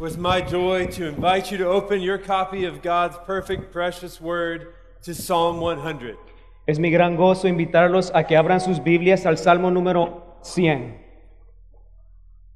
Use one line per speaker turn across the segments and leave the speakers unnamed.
It was my joy to invite you to open your copy of God's perfect, precious word to Psalm 100.
Es mi gran gozo invitarlos a que abran sus Biblias al Salmo número 100.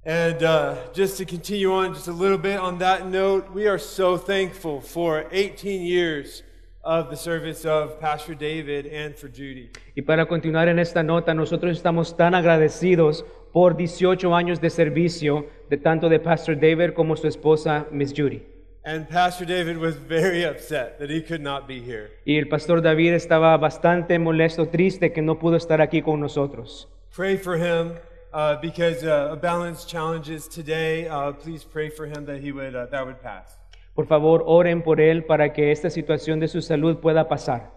And uh, just to continue on just a little bit on that note, we are so thankful for 18 years of the service of Pastor David and for Judy.
Y para continuar en esta nota, nosotros estamos tan agradecidos por 18 años de servicio de tanto de Pastor David como su esposa Miss Judy.
And Pastor David was very upset that he could not be here.
Y el pastor David estaba bastante molesto, triste que no pudo estar aquí con nosotros.
Pray for him uh, because uh, a balance challenges today. Uh, please pray for him that he would uh, that would pass.
Por favor, oren por él para que esta situación de su salud pueda pasar.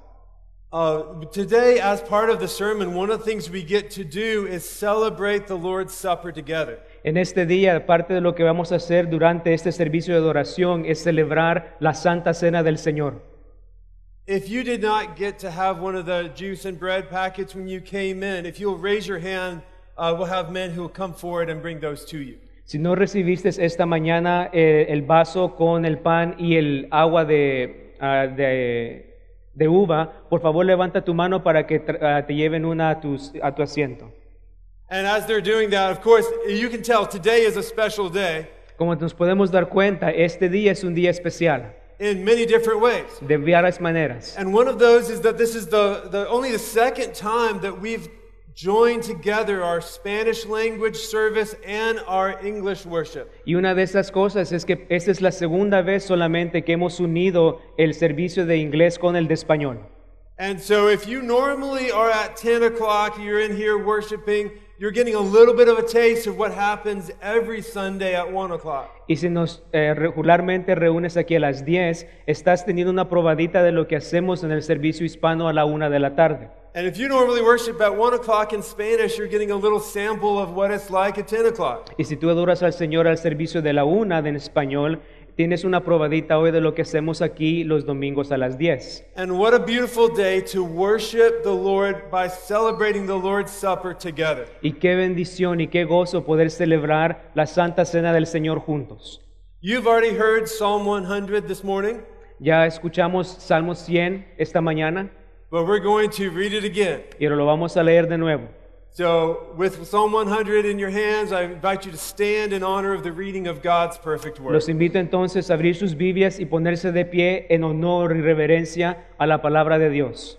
Uh, today, as part of the sermon, one of the things we get to do is celebrate the Lord's Supper together.
En este día, parte de lo que vamos a hacer durante este servicio de adoración es celebrar la Santa Cena del Señor.
If you did not get to have one of the juice and bread packets when you came in, if you'll raise your hand, uh, we'll have men who will come forward and bring those to you.
Si no recibiste esta mañana eh, el vaso con el pan y el agua de, ah, de, de uva, por favor levanta tu mano para que tra- ah, te lleven una a tus- a tu asiento.
And as they're doing that, of course, you can tell today is a special day
Como nos podemos dar cuenta, este día es un día especial,
in many different ways.
de varias maneras.
And one of those is that this is the, the only the second time that we've joined together our Spanish language service and our English worship.
Y una de esas cosas es que esta es la segunda vez solamente que hemos unido el servicio de inglés con el de español.
And so if you normally are at 10 o'clock, you're in here worshiping, you're getting a little bit of a taste of what happens every Sunday at 1 o'clock.
Y si nos eh, regularmente reúnes aquí a las 10, estás teniendo una probadita de lo que hacemos en el servicio hispano a la 1 de la tarde.
And if you normally worship at 1 o'clock in Spanish, you're getting a little sample of what it's like at 10 o'clock.
Y si tú adoras al Señor al servicio de la 1 en español, tienes una probadita hoy de lo que hacemos aquí los domingos a las 10.
And what a beautiful day to worship the Lord by celebrating the Lord's Supper together.
Y qué bendición y qué gozo poder celebrar la Santa Cena del Señor juntos.
You've already heard Psalm 100 this morning,
Ya escuchamos Salmo 100 esta mañana
but we're going to read it again.
y ahora lo vamos a leer de nuevo.
So, with Psalm 100 in your hands, I invite you to stand in honor of the reading of God's perfect word.
Los invito entonces a abrir sus Biblias y ponerse de pie en honor y reverencia a la palabra de Dios.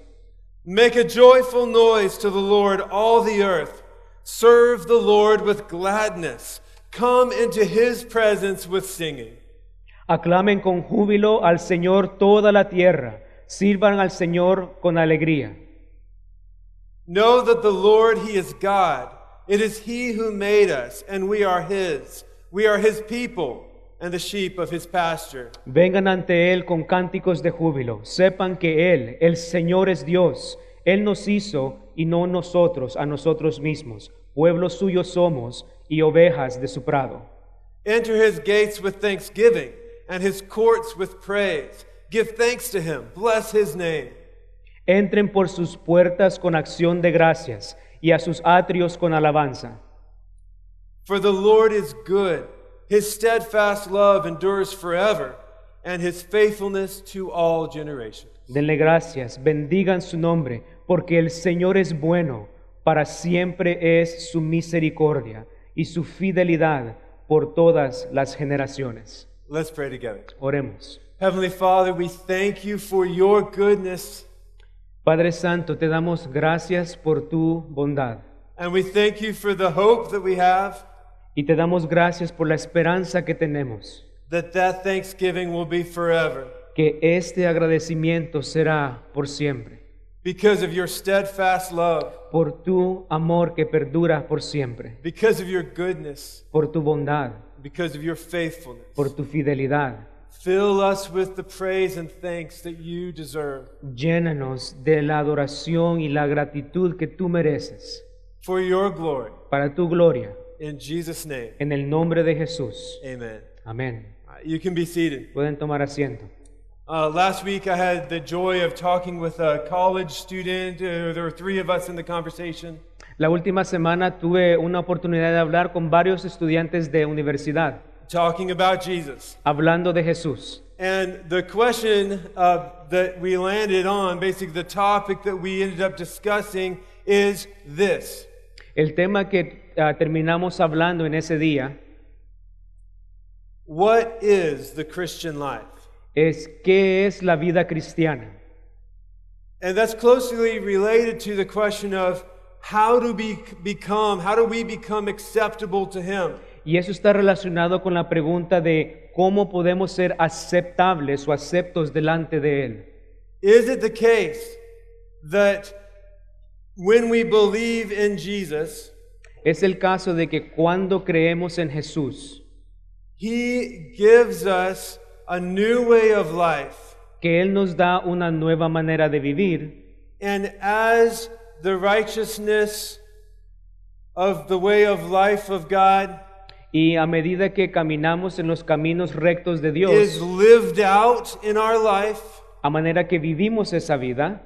Make a joyful noise to the Lord, all the earth. Serve the Lord with gladness. Come into his presence with singing.
Aclamen con júbilo al Señor toda la tierra, sirvan al Señor con alegría.
Know that the Lord, He is God. It is He who made us, and we are His. We are His people and the sheep of His pasture.
Vengan ante Él con cánticos de júbilo, sepan que Él, el Señor es Dios, Él nos hizo y no nosotros a nosotros mismos, pueblo suyo somos y ovejas de su prado.
Enter His gates with thanksgiving and His courts with praise. Give thanks to Him. Bless His name.
Entren por sus puertas con acción de gracias y a sus atrios con alabanza.
For the Lord is good. His steadfast love endures forever, and His faithfulness to all generations.
Denle gracias, bendigan su nombre, porque el Señor es bueno, para siempre es su misericordia y su fidelidad por todas las generaciones.
Let's pray together.
Oremos.
Heavenly Father, we thank you for your goodness.
Padre Santo, te damos gracias por tu bondad
And we thank you for the hope that we have
y te damos gracias por la esperanza que tenemos,
that that thanksgiving will be forever
que este agradecimiento será por siempre,
because of your steadfast love,
por tu amor que perdura por siempre,
because of your goodness,
por tu bondad,
because of your faithfulness.
por tu fidelidad.
Fill us with the praise and thanks that you deserve
Llénanos de la adoración y la gratitud que tú mereces
for your glory.
para tu gloria,
In Jesus' name,
en el nombre de Jesús.
amen. Uh,
Amén.
You can be seated.
Pueden tomar asiento.
Uh, last week, I had the joy of talking with a college student. Uh, there were three of us in the conversation.
La última semana tuve una oportunidad de hablar con varios estudiantes de universidad.
talking about Jesus.
hablando de Jesús.
And the question uh, that we landed on, basically the topic that we ended up discussing, is this
El tema que ah, terminamos hablando en ese día
What is the Christian life?
es qué es la vida cristiana.
And that's closely related to the question of how do we become, how do we become acceptable to Him?
Y eso está relacionado con la pregunta de cómo podemos ser aceptables o aceptos delante de Él.
Is it the case that when we believe in Jesus,
Es el caso de que cuando creemos en Jesús,
He gives us a new way of life?
que Él nos da una nueva manera de vivir
And as the righteousness of the way of life of God
y a medida que caminamos en los caminos rectos de
is
Dios,
lived out in our life,
a manera que vivimos esa vida,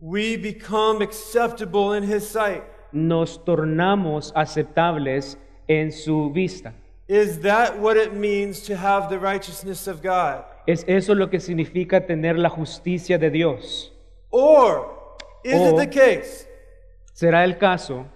we become acceptable in His sight.
nos tornamos aceptables en su vista.
Is that what it means to have the righteousness of God?
Es eso lo que significa tener la justicia de Dios.
Or is it
Or-
the case
Será el caso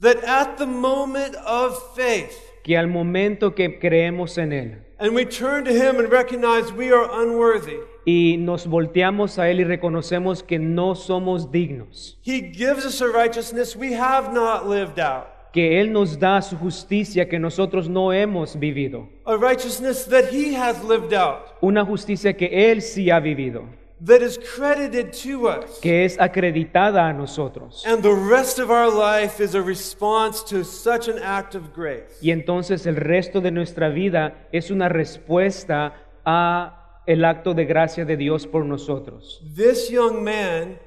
that at the moment of faith,
que al momento que creemos en Él
and we turn to Him and recognize we are unworthy,
y nos volteamos a Él y reconocemos que no somos dignos,
He gives us a righteousness we have not lived out,
que Él nos da su justicia que nosotros no hemos vivido,
a righteousness that He has lived out,
una justicia que Él sí ha vivido,
that is credited to us.
que es acreditada a nosotros.
And the rest of our life is a response to such an act of grace.
Y entonces el resto de nuestra vida es una respuesta a el acto de gracia de Dios por nosotros.
This young man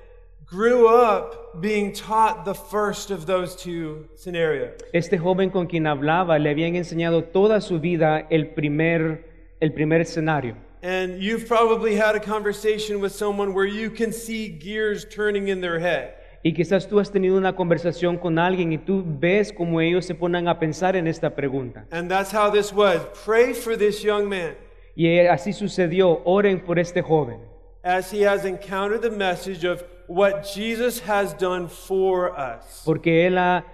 grew up being taught the first of those two scenarios.
Este joven con quien hablaba le habían enseñado toda su vida el primer, el primer escenario.
And you've probably had a conversation with someone where you can see gears turning in their head.
Y quizás tú has tenido una conversación con alguien y tú ves cómo ellos se ponen a pensar en esta pregunta.
And that's how this was. Pray for this young man
Y eh, así sucedió, oren por este joven,
as he has encountered the message of what Jesus has done for us.
porque él ha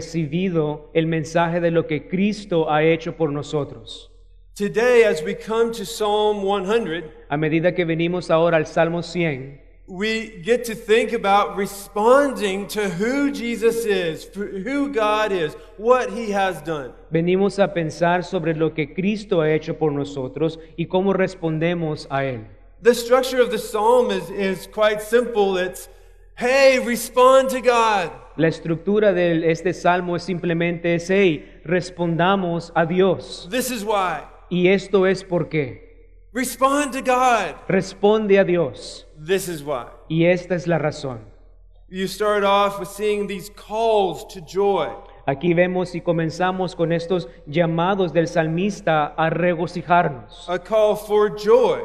recibido el mensaje de lo que Cristo ha hecho por nosotros.
Today, as we come to Psalm 100,
A medida que venimos ahora al Salmo 100,
we get to think about responding to who Jesus is, who God is, what he has done.
venimos a pensar sobre lo que Cristo ha hecho por nosotros y cómo respondemos a él.
The structure of the psalm is, is quite simple. It's, hey, respond to God.
La estructura de este salmo es simplemente es, hey, respondamos a Dios.
This is why.
Y esto es por qué.
Respond to God.
Responde a Dios.
This is why.
Y esta es la razón.
You start off with seeing these calls to joy.
Aquí vemos y comenzamos con estos llamados del salmista a regocijarnos.
A call for joy.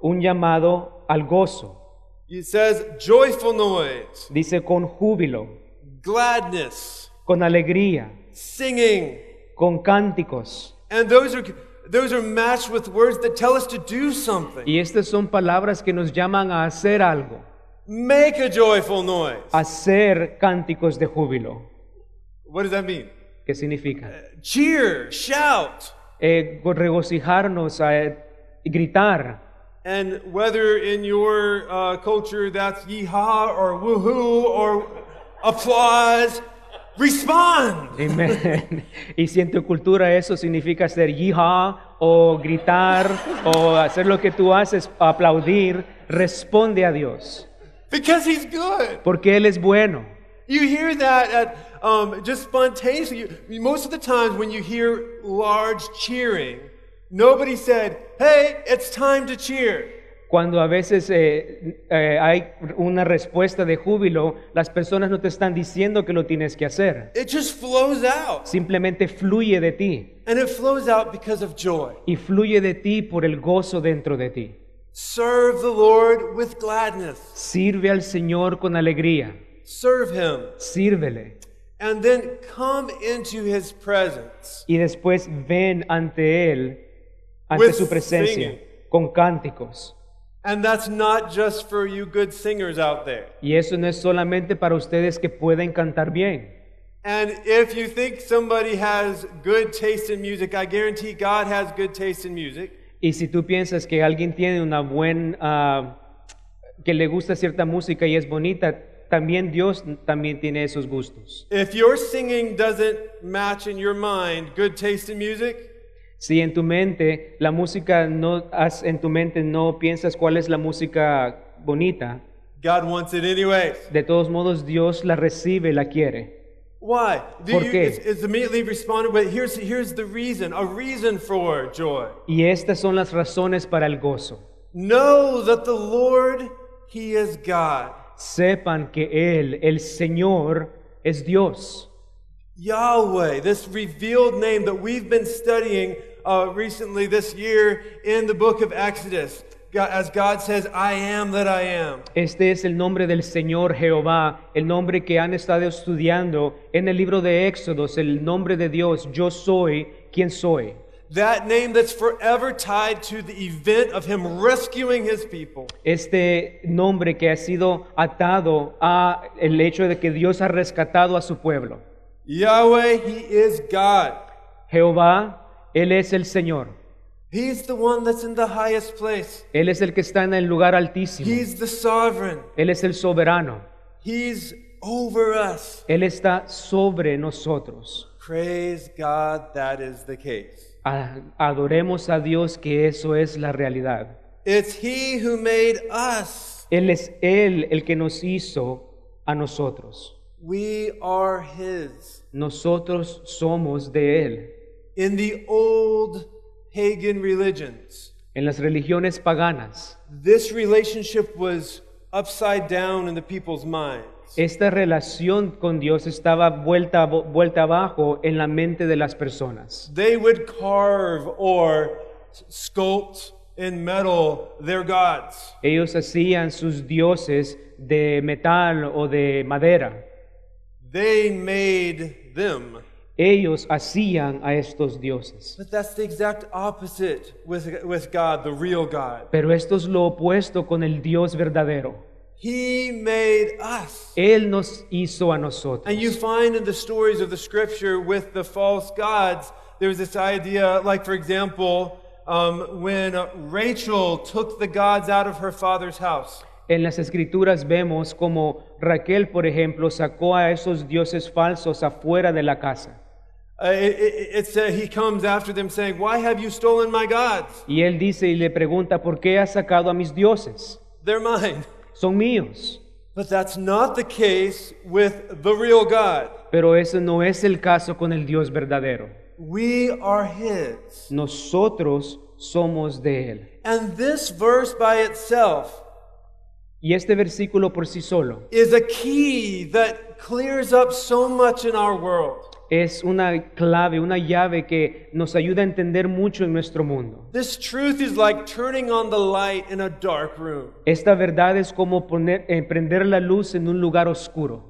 Un llamado al gozo.
It says joyful noise,
Dice con júbilo,
gladness,
con alegría,
singing.
con cánticos.
And those are those are matched with words that tell us to do something.
Y estas son palabras que nos llaman a hacer algo,
Make a joyful noise.
hacer cánticos de júbilo.
What does that mean?
¿Qué significa?
Cheer, shout.
Eh, regocijarnos, a, eh, gritar.
And whether in your uh, culture that's yeehaw or woohoo or applause, respond.
Amén. y si en tu cultura eso significa hacer yeehaw o gritar o hacer lo que tú haces, aplaudir, responde a Dios.
Because he's good.
Porque Él es bueno.
You hear that at um, just spontaneously. You- most of the times when you hear large cheering, nobody said, hey, it's time to cheer.
Cuando a veces eh, eh, hay una respuesta de júbilo, las personas no te están diciendo que lo tienes que hacer.
It just flows out.
Simplemente fluye de ti.
And it flows out because of joy.
Y fluye de ti por el gozo dentro de ti.
Serve the Lord with gladness.
Sirve al Señor con alegría.
Serve him.
Sírvele.
And then come into his presence.
y después ven ante Él ante
With
su presencia
singing.
con cánticos.
And that's not just for you good singers out there.
Y eso no es solamente para ustedes que pueden cantar bien.
And if you think somebody has good taste in music, I guarantee God has good taste in music.
Y si tú piensas que alguien tiene una buena, que le gusta cierta música y es bonita, también Dios también tiene esos gustos.
If your singing doesn't match in your mind good taste in music,
Si en tu mente la música no, has- en tu mente no piensas cuál es la música bonita,
God wants it anyways.
de todos modos Dios la recibe, la quiere.
Why? Do
¿Por
you,
qué?
It's, it's immediately responded with here's, here's the reason, a reason for joy.
Y estas son las razones para el gozo.
Know that the Lord, He is God.
Sepan que Él, el Señor, es Dios.
Yahweh, this revealed name that we've been studying uh, recently this year in the book of Exodus. God, as God says, I am that I am.
Este es el nombre del Señor Jehová, el nombre que han estado estudiando en el libro de Éxodos, el nombre de Dios, yo soy quien soy.
That name that's forever tied to the event of Him rescuing His people.
Este nombre que ha sido atado a el hecho de que Dios ha rescatado a su pueblo.
Yahweh, He is God.
Jehová, Él es el Señor.
He's the one that's in the highest place.
Él es el que está en el lugar altísimo.
He's the sovereign.
Él es el soberano.
He's over us.
Él está sobre nosotros.
Praise God, that is the case.
A- Adoremos a Dios que eso es la realidad.
It's He who made us.
Él es Él el que nos hizo a nosotros.
We are His.
Nosotros somos de Él.
In the old pagan religions,
En las religiones paganas,
this relationship was upside down in the people's minds.
esta relación con Dios estaba vuelta, abo- vuelta abajo en la mente de las personas.
They would carve or sculpt in metal their gods.
Ellos hacían sus dioses de metal o de madera.
They made them.
Ellos hacían a estos dioses.
But that's the exact opposite with, with God, the real God.
Pero esto es lo opuesto con el Dios verdadero.
He made us.
Él nos hizo a nosotros.
And you find in the stories of the scripture with the false gods, there's this idea, like, for example, um, when Rachel took the gods out of her father's house.
En las escrituras vemos como Raquel, por ejemplo, sacó a esos dioses falsos afuera de la casa.
Uh, it, it, it said he comes after them saying, Why have you stolen my gods?
Y él dice y le pregunta, ¿por qué has sacado a mis dioses?
They're mine.
Son míos.
But that's not the case with the real God.
Pero ese no es el caso con el Dios verdadero.
We are his.
Nosotros somos de él.
And this verse by itself
Y este versículo por sí solo
is a key that clears up so much in our world.
es una clave, una llave que nos ayuda a entender mucho en nuestro mundo.
This truth is like turning on the light in a dark room.
Esta verdad es como poner, eh, prender la luz en un lugar oscuro.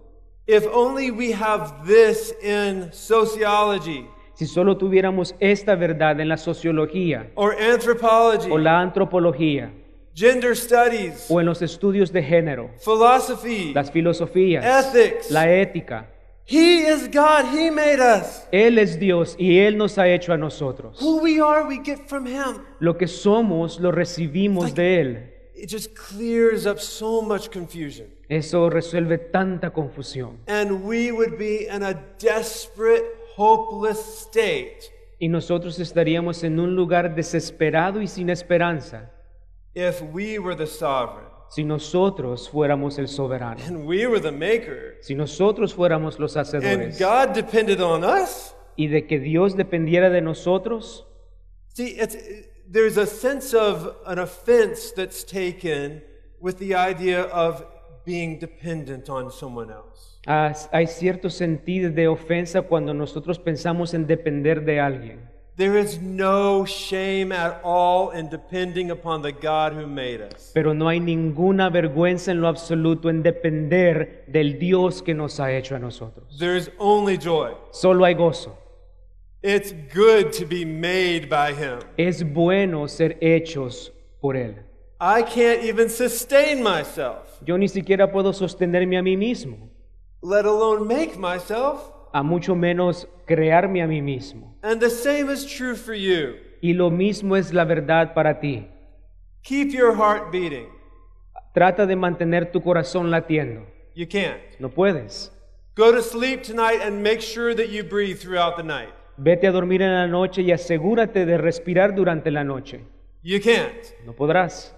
If only we have this in sociology
Si solo tuviéramos esta verdad en la sociología
or anthropology,
o la antropología
gender studies,
o en los estudios de género,
philosophy,
las filosofías,
ethics.
la ética.
He is God, He made us.
Él es Dios y Él nos ha hecho a nosotros.
Who we are, we get from Him.
Lo que somos lo recibimos de Él.
It just clears up so much confusion.
Eso resuelve tanta confusión.
And we would be in a desperate, hopeless state
Y nosotros estaríamos en un lugar desesperado y sin esperanza
if we were the sovereign
si nosotros fuéramos el soberano,
and we were the maker
si nosotros fuéramos los
and
hacedores
God depended on us.
y de que Dios dependiera de nosotros.
See, it's, there's a sense of an offense that's taken with the idea of being dependent on someone else.
Ah, Hay cierto sentido de ofensa cuando nosotros pensamos en depender de alguien.
There is no shame at all in depending upon the God who made us.
Pero no hay ninguna vergüenza en lo absoluto en depender del Dios que nos ha hecho a nosotros.
There's only joy.
Solo hay gozo.
It's good to be made by Him.
Es bueno ser hechos por Él.
I can't even sustain myself,
Yo ni siquiera puedo sostenerme a mí mismo,
let alone make myself.
a mucho menos crearme a mí mismo.
And the same is true for you.
Y lo mismo es la verdad para ti.
Keep your heart beating.
Trata de mantener tu corazón latiendo.
You can't.
No puedes.
Go to sleep tonight and make sure that you breathe throughout the night.
Vete a dormir en la noche y asegúrate de respirar durante la noche.
You can't.
No podrás.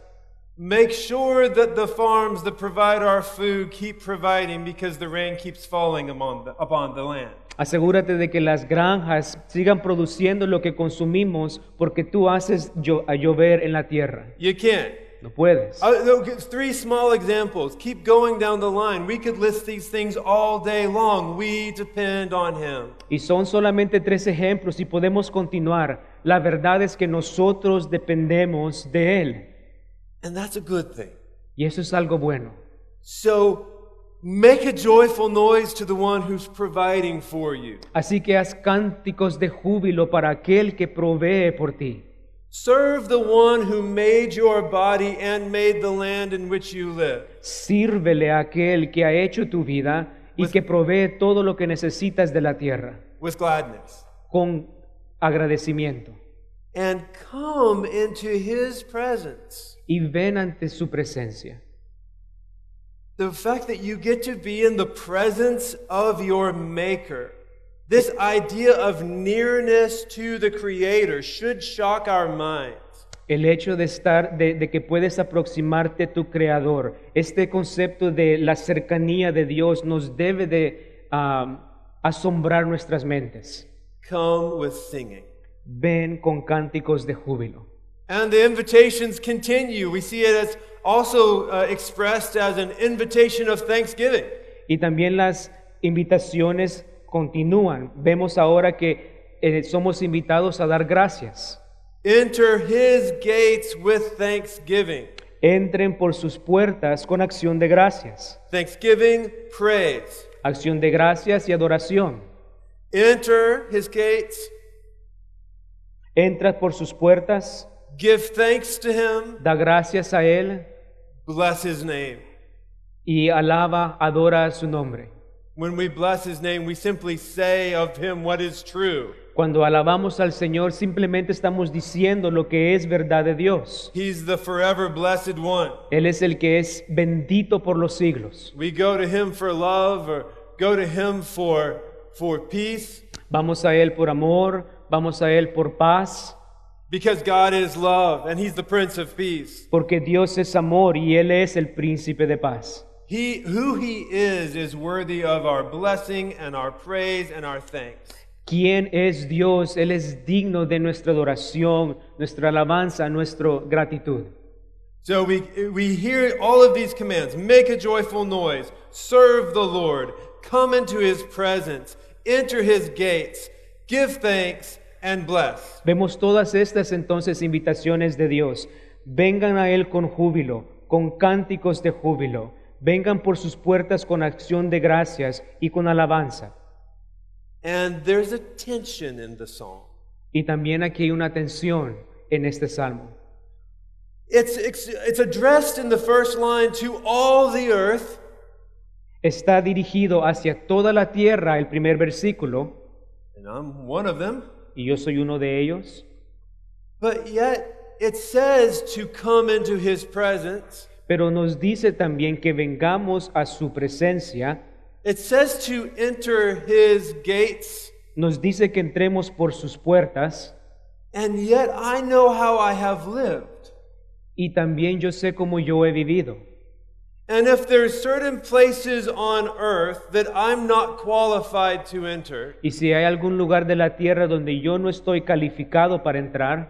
Make sure that the farms that provide our food keep providing because the rain keeps falling among the, upon the land.
Asegúrate de que las granjas sigan produciendo lo que consumimos porque tú haces llo- a llover en la tierra.
You can't.
No puedes.
Uh, no, g- three small examples. Keep going down the line. We could list these things all day long. We depend on Him.
Y son solamente tres ejemplos y podemos continuar. La verdad es que nosotros dependemos de Él.
And that's a good thing.
Y eso es algo bueno.
So make a joyful noise to the one who's providing for you.
Así que haz cánticos de júbilo para aquel que provee por ti.
Serve the one who made your body and made the land in which you live.
Sírvele a aquel que ha hecho tu vida y que provee todo lo que necesitas de la tierra,
with gladness
con agradecimiento.
and come into his presence.
Y ven ante su presencia.
The fact that you get to be in the presence of your maker, this idea of nearness to the creator should shock our minds.
El hecho de estar, de, de que puedes aproximarte a tu Creador, este concepto de la cercanía de Dios nos debe de ah, asombrar nuestras mentes.
Come with singing.
Ven con cánticos de júbilo.
And the invitations continue. We see it as also uh, expressed as an invitation of thanksgiving.
Y también las invitaciones continúan. Vemos ahora que eh, somos invitados a dar gracias.
Enter his gates with thanksgiving.
Entren por sus puertas con acción de gracias.
Thanksgiving, praise.
Acción de gracias y adoración.
Enter his gates
Entra por sus puertas,
Give thanks to him,
da gracias a Él
bless his name.
y alaba, adora su nombre.
When we bless his name, we simply say of him what is true.
Cuando alabamos al Señor simplemente estamos diciendo lo que es verdad de Dios.
He's the forever blessed one.
Él es el que es bendito por los siglos.
We go to him for love or go to him for for peace
Vamos a Él por amor, vamos a Él por paz,
because God is love and he's the prince of peace.
porque Dios es amor y Él es el príncipe de paz.
He who he is is worthy of our blessing and our praise and our thanks.
¿Quién es Dios? Él es digno de nuestra adoración, nuestra alabanza, nuestra gratitud.
So we, we hear all of these commands make a joyful noise, serve the Lord, come into his presence, enter his gates, give thanks, and bless.
Vemos todas estas entonces invitaciones de Dios. Vengan a Él con júbilo, con cánticos de júbilo. Vengan por sus puertas con acción de gracias y con alabanza.
And there's a tension in the song.
Y también aquí hay una tensión en este salmo.
It's, it's, it's addressed in the first line to all the earth,
Está dirigido hacia toda la tierra el primer versículo,
and I'm one of them,
y yo soy uno de ellos,
but yet it says to come into his presence.
pero nos dice también que vengamos a su presencia,
It says to enter his gates.
nos dice que entremos por sus puertas,
And yet I know how I have lived.
y también yo sé cómo yo he vivido.
And if there's certain places on earth that I'm not qualified to enter,
Y si hay algún lugar de la tierra donde yo no estoy calificado para entrar,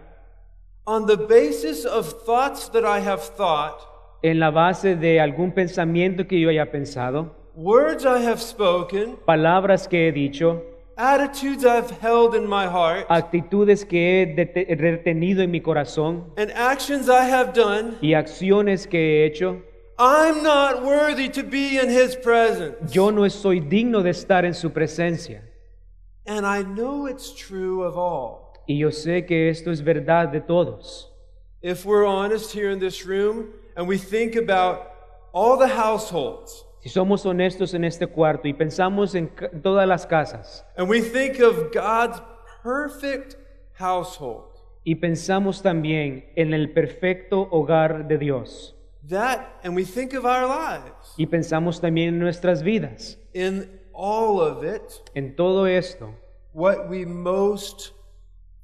on the basis of thoughts that I have thought,
en la base de algún pensamiento que yo haya pensado,
words I have spoken,
palabras que he dicho,
attitudes I've held in my heart,
actitudes que he dete- retenido en mi corazón
and actions I have done,
y acciones que he hecho,
I'm not worthy to be in his presence.
yo no soy digno de estar en su presencia.
And I know it's true of all.
Y yo sé que esto es verdad de todos.
If we're honest here in this room and we think about all the households
Si somos honestos en este cuarto y pensamos en ca- todas las casas
and we think of God's perfect household,
y pensamos también en el perfecto hogar de Dios
that and we think of our lives
y pensamos también en nuestras vidas,
in all of it,
en todo esto,
what we most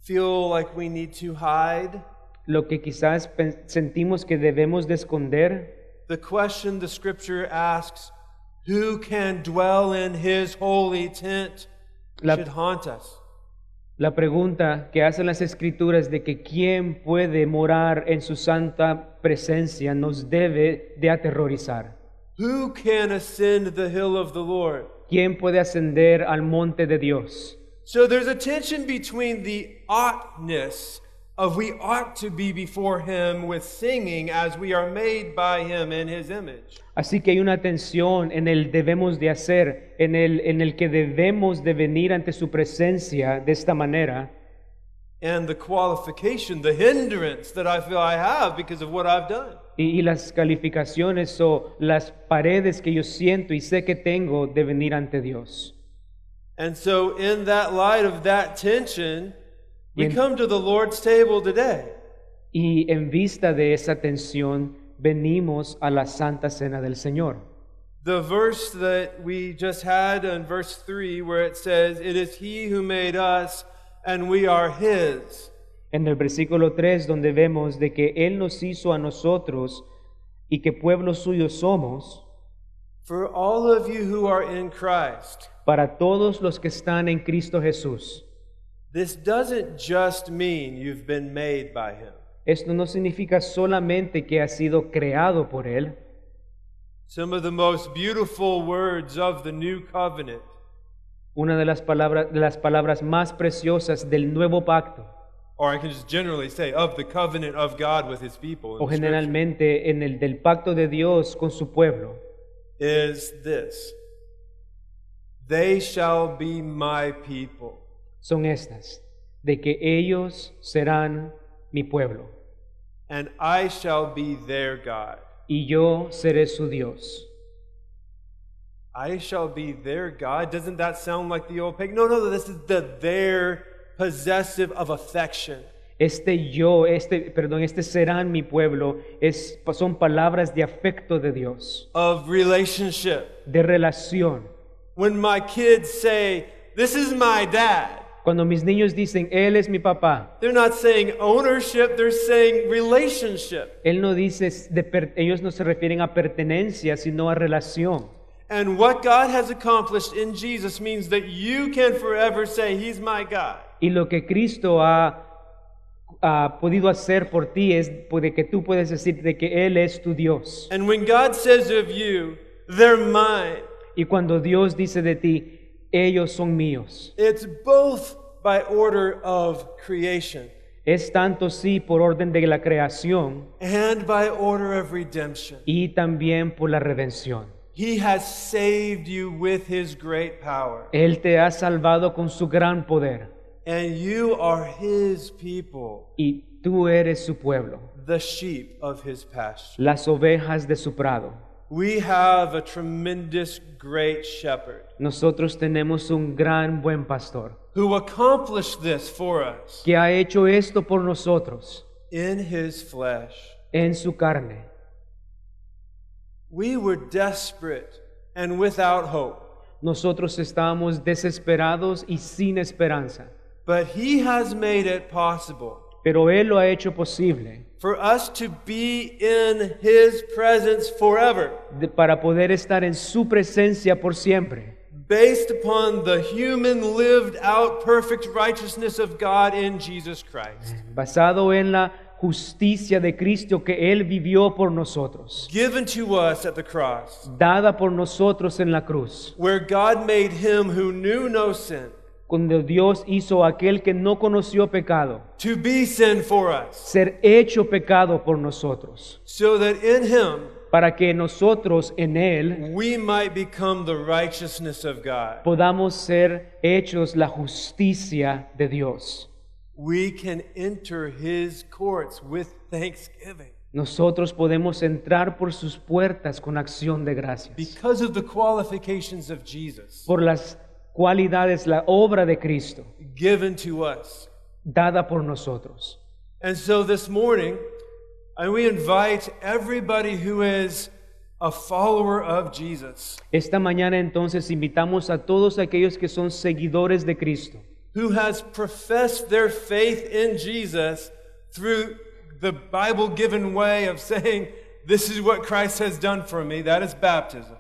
feel like we need to hide,
lo que quizás pen- sentimos que debemos de esconder,
the question the scripture asks, who can dwell in his holy tent,
La-
should haunt us.
la pregunta que hacen las escrituras de que quién puede morar en su santa presencia nos debe de aterrorizar.
Who can ascend the hill of the Lord?
¿Quién puede ascender al monte de Dios?
So there's a tension between the oughtness of we ought to be before him with singing as we are made by him in his image.
Así que hay una tensión en el debemos de hacer, en el, en el que debemos de venir ante su presencia de esta manera
And the qualification, the hindrance that I feel I have because of what I've done.
y, y las calificaciones o las paredes que yo siento y sé que tengo de venir ante Dios.
And so, in that light of that tension, we
Bien.
come to the Lord's table today.
Y en vista de esa tensión, venimos a la Santa Cena del Señor.
The verse that we just had in verse 3, where it says, It is He who made us, and we are His.
En el versículo 3, donde vemos de que Él nos hizo a nosotros y que pueblo suyo somos,
For all of you who are in Christ,
para todos los que están en Cristo Jesús.
this doesn't just mean you've been made by Him.
Esto no significa solamente que ha sido creado por Él.
Some of the most beautiful words of the new covenant
Una de las palabras, de las palabras más preciosas del nuevo pacto,
or I can just generally say of the covenant of God with his people in
o
the scripture,
generalmente en el del pacto de Dios con su pueblo,
is this They shall be my people.
son estas, de que ellos serán mi pueblo
And I shall be their God.
y yo seré su Dios.
I shall be their God. Doesn't that sound like the old pig? No, no, this is the their possessive of affection.
Este yo, este, perdón, este serán mi pueblo, es, son palabras de afecto de Dios,
Of relationship.
de relación.
When my kids say, This is my dad,
Cuando mis niños dicen, Él es mi papá,
they're not saying ownership, they're saying relationship.
Él no dice, s- de per- ellos no se refieren a pertenencia, sino a relación.
And what God has accomplished in Jesus means that you can forever say, He's my God.
Y lo que Cristo ha, ha podido hacer por ti es de que tú puedes decir de que Él es tu Dios.
And when God says of you, they're mine,
Y cuando Dios dice de ti, ellos son míos.
it's both by order of creation
Es tanto sí por orden de la creación
and by order of redemption.
y también por la redención.
He has saved you with His great power,
Él te ha salvado con su gran poder
and you are His people,
y tú eres su pueblo,
the sheep of His pasture.
las ovejas de su prado.
We have a tremendous great shepherd
Nosotros tenemos un gran buen pastor.
who accomplished this for us.
que ha hecho esto por nosotros
in his flesh.
en su carne.
We were desperate and without hope,
Nosotros estábamos desesperados y sin esperanza,
but he has made it possible
pero Él lo ha hecho posible
for us to be in his presence forever
de- para poder estar en su presencia por siempre,
based upon the human lived out perfect righteousness of God in Jesus Christ,
basado en la justicia de Cristo que Él vivió por nosotros,
given to us at the cross,
dada por nosotros en la cruz,
where God made him who knew no sin
cuando Dios hizo a aquel que no conoció pecado,
to be sin for us,
ser hecho pecado por nosotros,
so that in him
para que nosotros en Él
we might become the righteousness of God.
podamos ser hechos la justicia de Dios.
We can enter his courts with thanksgiving.
Nosotros podemos entrar por sus puertas con acción de gracias,
Because of the qualifications of Jesus
por las cualidades, la obra de Cristo
given to us.
dada por nosotros.
And so this morning, and we invite everybody who is a follower of Jesus,
Esta mañana entonces invitamos a todos aquellos que son seguidores de Cristo,
who has professed their faith in Jesus through the Bible given way of saying, This is what Christ has done for me. That is baptism.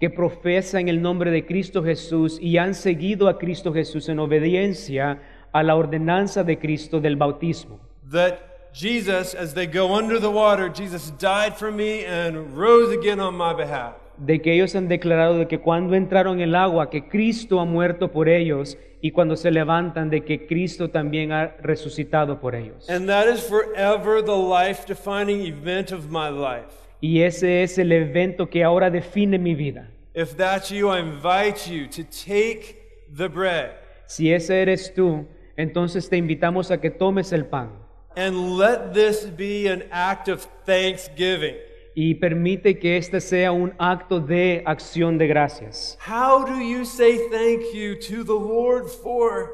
que profesan el nombre de Cristo Jesús y han seguido a Cristo Jesús en obediencia a la ordenanza de Cristo del bautismo.
That Jesus, as they go under the water, Jesus died for me and rose again on my behalf.
de que ellos han declarado de que cuando entraron en el agua, que Cristo ha muerto por ellos, y cuando se levantan, de que Cristo también ha resucitado por ellos.
And that is forever the life defining event of my life.
Y ese es el evento que ahora define mi vida.
If that's you, I invite you to take the bread
Si ese eres tú, entonces te invitamos a que tomes el pan
and let this be an act of thanksgiving.
y permite que este sea un acto de acción de gracias.
How do you say thank you to the Lord for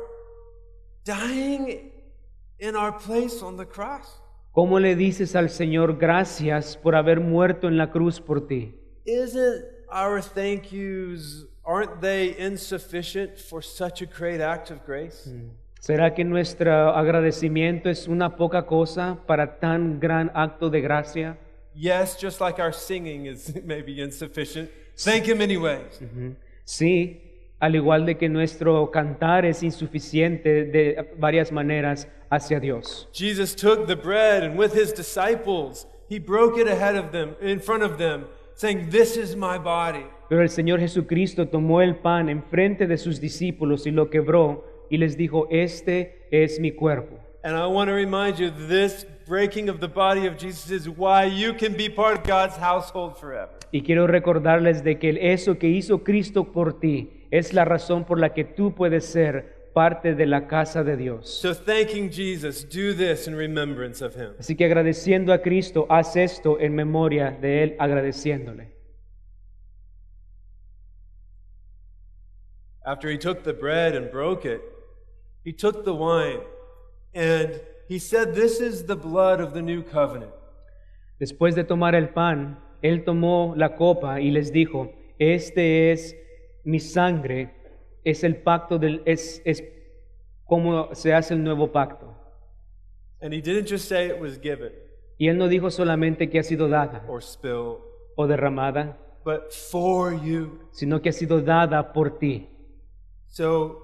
dying in our place on the cross?
¿Cómo le dices al Señor gracias por haber muerto en la cruz por ti?
Isn't our thank yous aren't they insufficient for such a great act of grace?
Hmm. ¿Será que nuestro agradecimiento es una poca cosa para tan gran acto de gracia?
Yes, just like our singing is maybe insufficient. Thank him anyways.
Sí, al igual de que nuestro cantar es insuficiente de varias maneras hacia Dios.
Jesus took the bread and with his disciples, he broke it ahead of them, in front of them, saying, This is my body.
Pero el Señor Jesucristo tomó el pan enfrente de sus discípulos y lo quebró y les dijo, este es mi cuerpo.
And I want to remind you, this breaking of the body of Jesus is why you can be part of God's household forever.
Y quiero recordarles de que eso que hizo Cristo por ti es la razón por la que tú puedes ser parte de la casa de Dios.
So, thanking Jesus, do this in remembrance of him.
Así que agradeciendo a Cristo, haz esto en memoria de Él, agradeciéndole.
After he took the bread and broke it, he took the wine and he said, This is the blood of the new covenant.
Después de tomar el pan, Él tomó la copa y les dijo, este es mi sangre, es el pacto del, es, es como se hace el nuevo pacto.
And he didn't just say it was given
Y Él no dijo solamente que ha sido dada
or spilled,
o derramada,
but for you.
sino que ha sido dada por ti.
So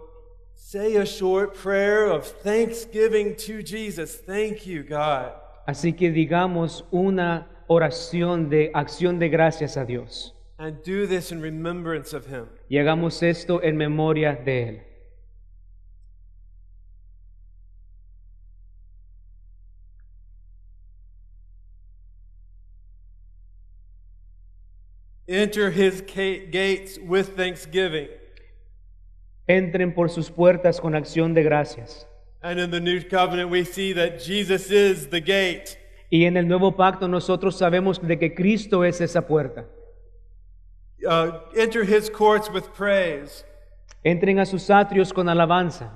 say a short prayer of thanksgiving to Jesus. Thank you, God.
Así que digamos una oración de acción de gracias a Dios.
And do this in remembrance of him.
y hagamos esto en memoria de Él.
Enter his ca- gates with thanksgiving.
Entren por sus puertas con acción de gracias.
And in the new covenant, we see that Jesus is the gate.
Y en el nuevo pacto nosotros sabemos de que Cristo es esa puerta.
Uh, enter his courts with praise
Entren a sus atrios con alabanza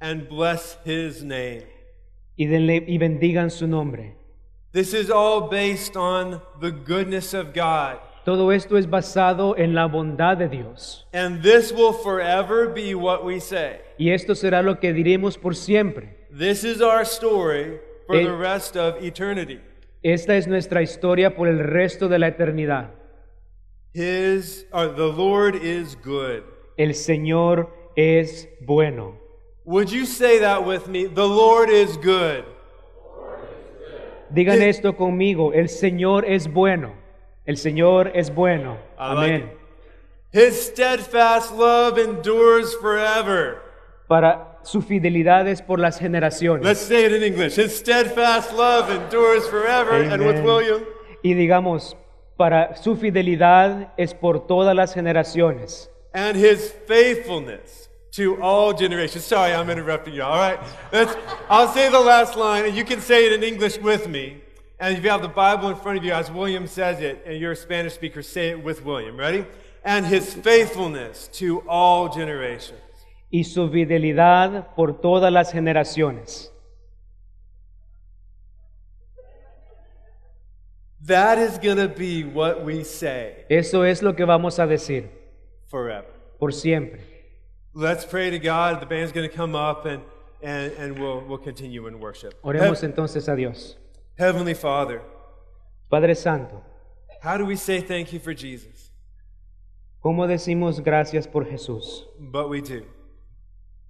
and bless his name.
y, denle- y bendigan su nombre.
This is all based on the goodness of God.
Todo esto es basado en la bondad de Dios.
And this will forever be what we say.
Y esto será lo que diremos por siempre.
This is our story for the
Eh.
rest of eternity.
Esta es nuestra historia por el resto de la eternidad.
His or the Lord is good.
El Señor es bueno.
Would you say that with me? The Lord is good.
Digan
Eh.
esto conmigo, el Señor es bueno. El Señor es bueno.
I like
Amén.
it. His steadfast love endures forever.
Para su fidelidad es por las generaciones.
Let's say it in English. His steadfast love endures forever. And with
Amen.
William,
Y digamos, para su fidelidad es por todas las generaciones.
and his faithfulness to all generations. Sorry, I'm interrupting you. All right, That's, I'll say the last line, and you can say it in English with me. And if you have the Bible in front of you, as William says it, and you're a Spanish speaker, say it with William. Ready? And his faithfulness to all generations.
y su fidelidad por todas las generaciones.
That is going to be what we say
Eso es lo que vamos a decir
forever.
por siempre.
Let's pray to God. The band's going to come up, and, and, and we'll, we'll continue in worship.
Oremos
Hev-
entonces a Dios.
Heavenly Father,
Padre Santo,
how do we say thank you for Jesus?
¿cómo decimos gracias por Jesús?
But we do.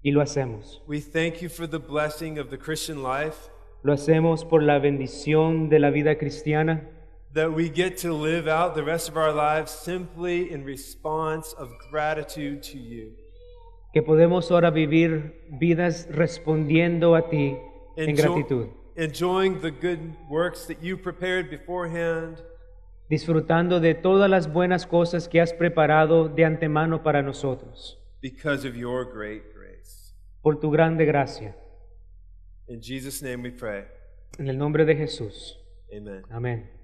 Y lo hacemos.
We thank you for the blessing of the Christian life
Lo hacemos por la bendición de la vida cristiana,
that we get to live out the rest of our lives simply in response of gratitude to you.
que podemos ahora vivir vidas respondiendo a ti en
Enjo-
gratitud,
Enjoying the good works that you prepared beforehand,
disfrutando de todas las buenas cosas que has preparado de antemano para nosotros,
because of your great grace.
por tu grande gracia.
In Jesus' name we pray.
En el nombre de Jesús.
Amen.
Amén.